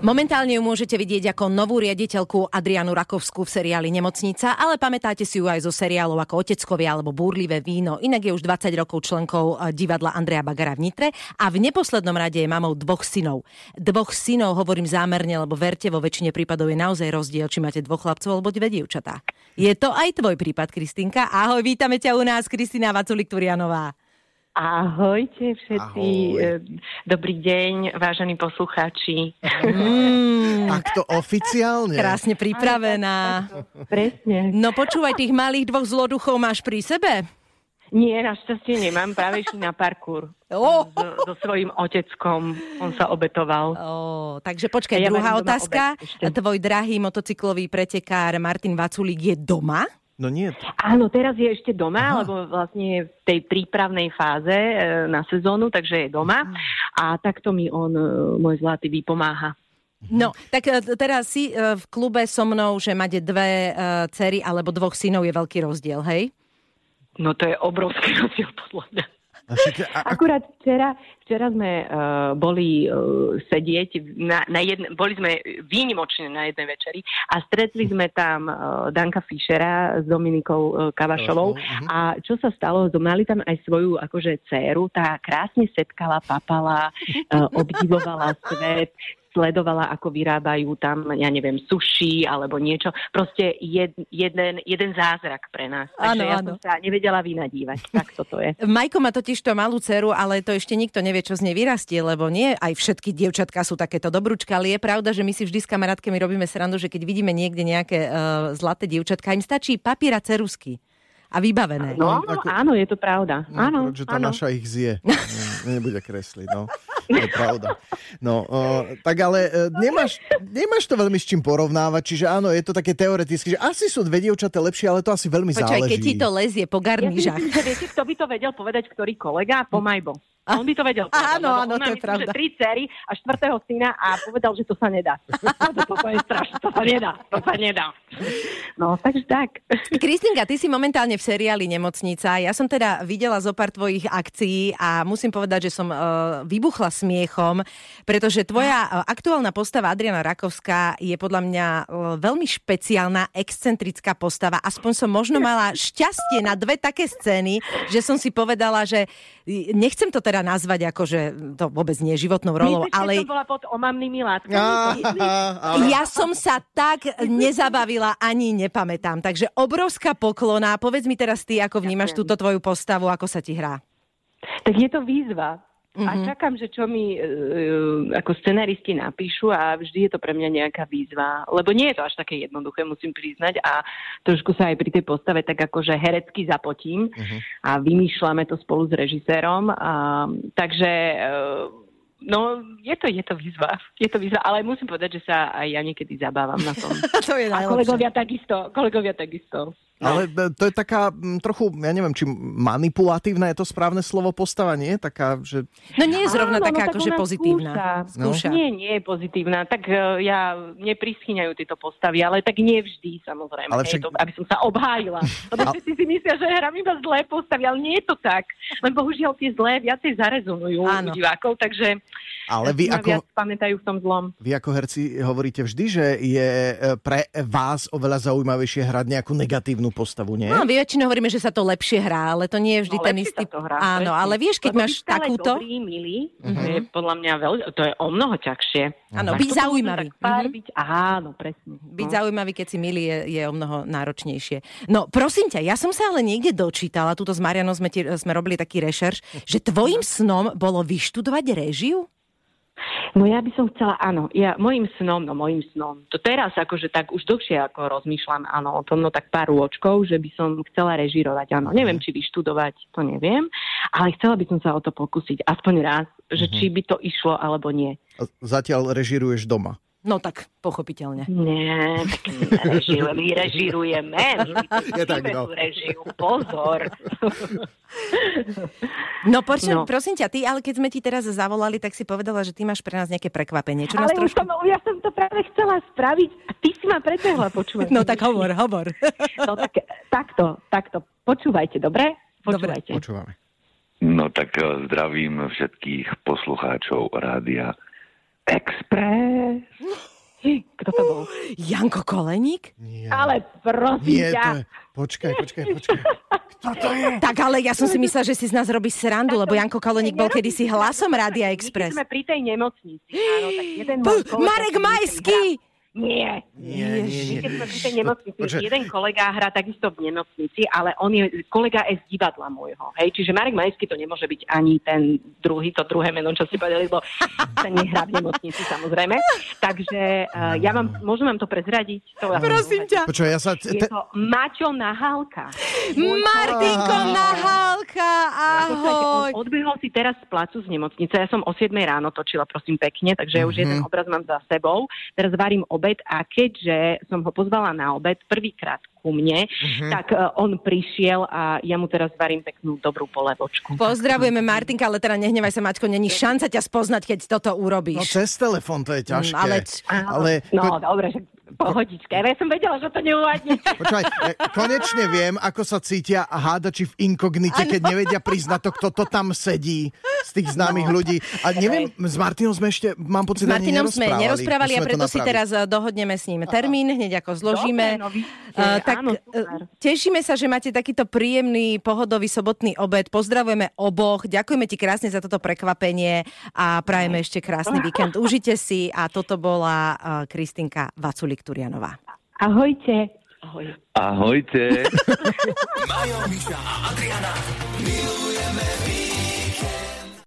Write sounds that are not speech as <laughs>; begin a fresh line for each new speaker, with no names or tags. Momentálne ju môžete vidieť ako novú riaditeľku Adrianu Rakovskú v seriáli Nemocnica, ale pamätáte si ju aj zo seriálov ako Oteckovia alebo Búrlivé víno. Inak je už 20 rokov členkou eh, divadla Andreja Bagara v Nitre a v neposlednom rade je mamou dvoch synov. Dvoch synov hovorím zámerne, lebo verte, vo väčšine prípadov je naozaj rozdiel, či máte dvoch chlapcov alebo dve dievčatá. Je to aj tvoj prípad, Kristinka. Ahoj, vítame ťa u nás, Kristina Vaculik-Turianová.
Ahojte všetci.
Ahoj.
Eh, Dobrý deň, vážení poslucháči.
Mm,
Tak to oficiálne.
krásne pripravená.
Presne.
No počúvaj, tých malých dvoch zloduchov máš pri sebe?
Nie, našťastie nemám. Práve išli na parkour
Ó.
so, so svojím oteckom. On sa obetoval.
Ó, takže počkaj,
A ja
druhá
varím doma
otázka.
obed ešte.
Tvoj drahý motocyklový pretekár Martin Vaculík je doma?
No nie,
Áno, teraz je ešte doma, lebo vlastne je v tej prípravnej fáze eh, na sezónu, takže je doma. A takto mi on, eh, môj zlatý, vypomáha. Mhm.
No, tak e, teraz si e, v klube so mnou, že máte dve e, cery alebo dvoch synov je veľký rozdiel, hej?
No to je obrovský <laughs> rozdiel podľa mňa.
a však, a, a,
Akurát včera, včera sme uh, boli uh, sedieť, na, na jedne, boli sme výnimočne na jednej večeri a stretli sme tam uh, Danka Fischera s Dominikou uh, Kavašovou
Kavašovou, mhm.
a čo sa stalo, mali tam aj svoju akože dceru, tá krásne setkala, papala, uh, obdivovala svet, sledovala, ako vyrábajú tam, ja neviem, suši alebo niečo. Proste jed, jeden, jeden zázrak pre nás. Takže
Áno,
ja
áno.
som sa nevedela vynadívať. Tak toto je.
Majko má totiž to malú ceru, ale to ešte nikto nevie, čo z nej vyrastie, lebo nie aj všetky dievčatka sú takéto dobručka, ale je pravda, že my si vždy s kamarátkami robíme srandu, že keď vidíme niekde nejaké e, zlaté dievčatka, im stačí papier a cerusky a vybavené.
No,
No, ako-
áno, je to pravda.
no,
Áno,
že tá
áno.
naša ich
<laughs>
zje. Ne- Nebude kresliť, no. To je pravda. No, o, tak ale e, nemáš, nemáš to veľmi s čím porovnávať, čiže áno, je to také teoretické, že asi sú dve dievčaté lepšie, ale to asi veľmi
Počkaj,
záleží.
keď ti to lezie po
Ja si
garnížach.
myslím, že viete, kto by to vedel povedať, ktorý kolega?
<laughs>
Pomajbo. On by to vedel povedať.
Áno,
lebo
áno,
on má,
to je
myslím,
pravda.
Že tri cery a štvrtého syna a povedal, že to sa nedá. <laughs> to, to, to je strašné, to sa nedá, to sa nedá. No, takže tak.
Kristinka, ty si momentálne v seriáli Nemocnica. Ja som teda videla zo pár tvojich akcií a musím povedať, že som e, vybuchla smiechom, pretože tvoja e, aktuálna postava Adriana Rakovská je podľa mňa e, veľmi špeciálna, excentrická postava. Aspoň som možno mala šťastie na dve také scény, že som si povedala, že nechcem to teda nazvať ako, že to vôbec nie je životnou rolou,
Myslíš, že
ale...
to bola pod omamnými
<laughs>
látkami?
Á,
To myslíš?
á, á.
Ja som sa tak nezabavila ani nepamätám. Takže obrovská poklona. Povedz mi teraz ty, ako vnímaš túto tvoju postavu, ako sa ti hrá. <laughs>
Tak je to výzva. A
Mhm.
čakám, že čo mi e, ako scenaristi napíšu a vždy je to pre mňa nejaká výzva. Lebo nie je to až také jednoduché, musím priznať. A trošku sa aj pri tej postave tak akože herecky zapotím
Mhm.
a vymýšľame to spolu s režisérom. A, takže e, no, je to, je to výzva. Je to výzva, ale musím povedať, že sa aj ja niekedy zabávam na tom.
to je
A
najlepšie.
kolegovia takisto, kolegovia takisto.
Ale e, to je taká m, trochu, ja neviem, či manipulatívna je to správne slovo postava, nie? Taká, že
No nie je zrovna
Áno,
taká
tak
akože
ona
pozitívna. No. Skúša.
Skúša. Nie, nie je pozitívna. Tak e, ja, mne prischýňajú tieto postavy, ale tak nie vždy, samozrejme. Ale
Ale však-
však... to, aby som sa
<laughs>
obhájila. Lebo
A-
všetci si myslia, že hrám iba zlé postavy, ale nie je to tak. Len bohužiaľ tie zlé viacej zarezonujú
Áno.
u divákov, takže
ale vy
No,
ma
ako,
viac pamätajú v tom zlom.
Vy ako herci hovoríte vždy, že je e, pre vás oveľa zaujímavejšie hrať nejakú negatívnu postavu, nie?
No, my väčšinou hovoríme, že sa to lepšie hrá, ale to nie je vždy
No,
ten
lepšie
istý...
sa to hrá,
Áno,
presne.
ale vieš, keď
Lebo
máš
byť stále
takúto...
Dobrý, milý, to je
Mhm.
podľa mňa veľ... to je o mnoho ťažšie.
Áno,
Máš
No, byť
to potom
zaujímavý.
Tak pár,
Mhm.
byť... Áno, presne.
Byť
No.
zaujímavý, keď si milý, je, je o mnoho náročnejšie. No, prosím ťa, ja som sa ale niekde dočítala, tuto s Marianou sme, ti, sme robili taký rešerš, že tvojim snom bolo vyštudovať režiu?
No ja by som chcela, áno, ja mojim snom, no mojim snom, to teraz akože tak už dlhšie ako rozmýšľam, áno, o tom, no tak pár rôčkov, že by som chcela režirovať, áno, neviem,
Mhm.
či vyštudovať, to neviem, ale chcela by som sa o to pokúsiť, aspoň raz, že
Mhm.
či by to išlo alebo nie.
A Zatiaľ režiruješ doma.
No tak, pochopiteľne.
Nie, tak my režirujeme, my režirujeme, my
<laughs>
Je tak,
vytvoríme
no.
tú režiu, pozor.
No, porčo, no
No.
prosím ťa, ty, ale keď sme ti teraz zavolali, tak si povedala, že ty máš pre nás nejaké prekvapenie. Čo nás
Ale už
trošku...
som, ja som to práve chcela spraviť a ty si ma pretrhla počúvať.
No tak hovor, hovor. <laughs>
No tak, takto, takto, počúvajte, dobre?
Dobre.
Počúvajte.
Počúvame.
No tak eh, zdravím všetkých poslucháčov rádia Express.
Kto to bol?
Janko Koleník?
Nie.
Ale prosím
Nie,
ťa.
to je... Počkaj, počkaj, počkaj. Kto No to je?
Tak ale ja som si myslela, že si z nás robí srandu, lebo Janko Koleník bol
Nerobí
kedysi
si
hlasom
to,
Rádia
my
Express.
Sme pri tej nemocnici. Áno, tak jeden môj
P-
kolega,
Marek
ktorý teda-
Majský!
hra- Nie. My
Nie, nie, nie.
Keď sme pri tej nemocnici,
Počkaj.
jeden kolega hrá takisto v nemocnici, ale on je kolega aj z divadla môjho. Hej? Čiže Marek Majský to nemôže byť ani ten druhý, to druhé meno, čo ste povedali, lebo ten nehrá v nemocnici samozrejme. Takže eh, ja vám, môžem vám to prezradiť? To vám
Prosím ťa.
Počkaj, ja sa...
Je to Maťo Nahálka.
Martinko
Ahoj.
Nahálka,
Podstate
ahoj!
on odbehol si teraz z placu z nemocnice. Ja som o 7 ráno točila, prosím pekne, takže ja už jeden obraz mám za sebou. Teraz varím obed a keďže som ho pozvala na obed prvýkrát ku mne, tak eh, on prišiel a ja mu teraz varím peknú dobrú polevočku.
Pozdravujeme Martinka, ale teda nehnevaj sa, Maťko, není šanca ťa spoznať, keď toto
No
urobíš.
cez telefón to je ťažké.
Mm, ale č-
ale
No, dobre, že pohodičke. Ale ja som vedela, že to neuvádne.
Počúvaj, e, konečne viem, ako sa cítia a hádači v inkognite, keď nevedia priznať to, kto to tam sedí z tých známych ľudí. A neviem, s Martinom sme ešte, mám
S
pocit, ani
No. Martinom sme
nerozprávali.
nerozprávali a
Musíme to
preto si
napraviť.
teraz eh, dohodneme s ním termín, hneď ako zložíme.
Dobre, no vidíte,
Eh, tak
áno,
eh,
super.
tešíme sa, že máte takýto príjemný, pohodový sobotný obed. Pozdravujeme oboch, ďakujeme ti krásne za toto prekvapenie a
No.
prajeme ešte krásny víkend. Užite si a toto bola eh, Kristinka Vaculik-Turianová.
Ahojte. Ahoj.
Ahojte.
Majo, Miša a Adriana. Milujú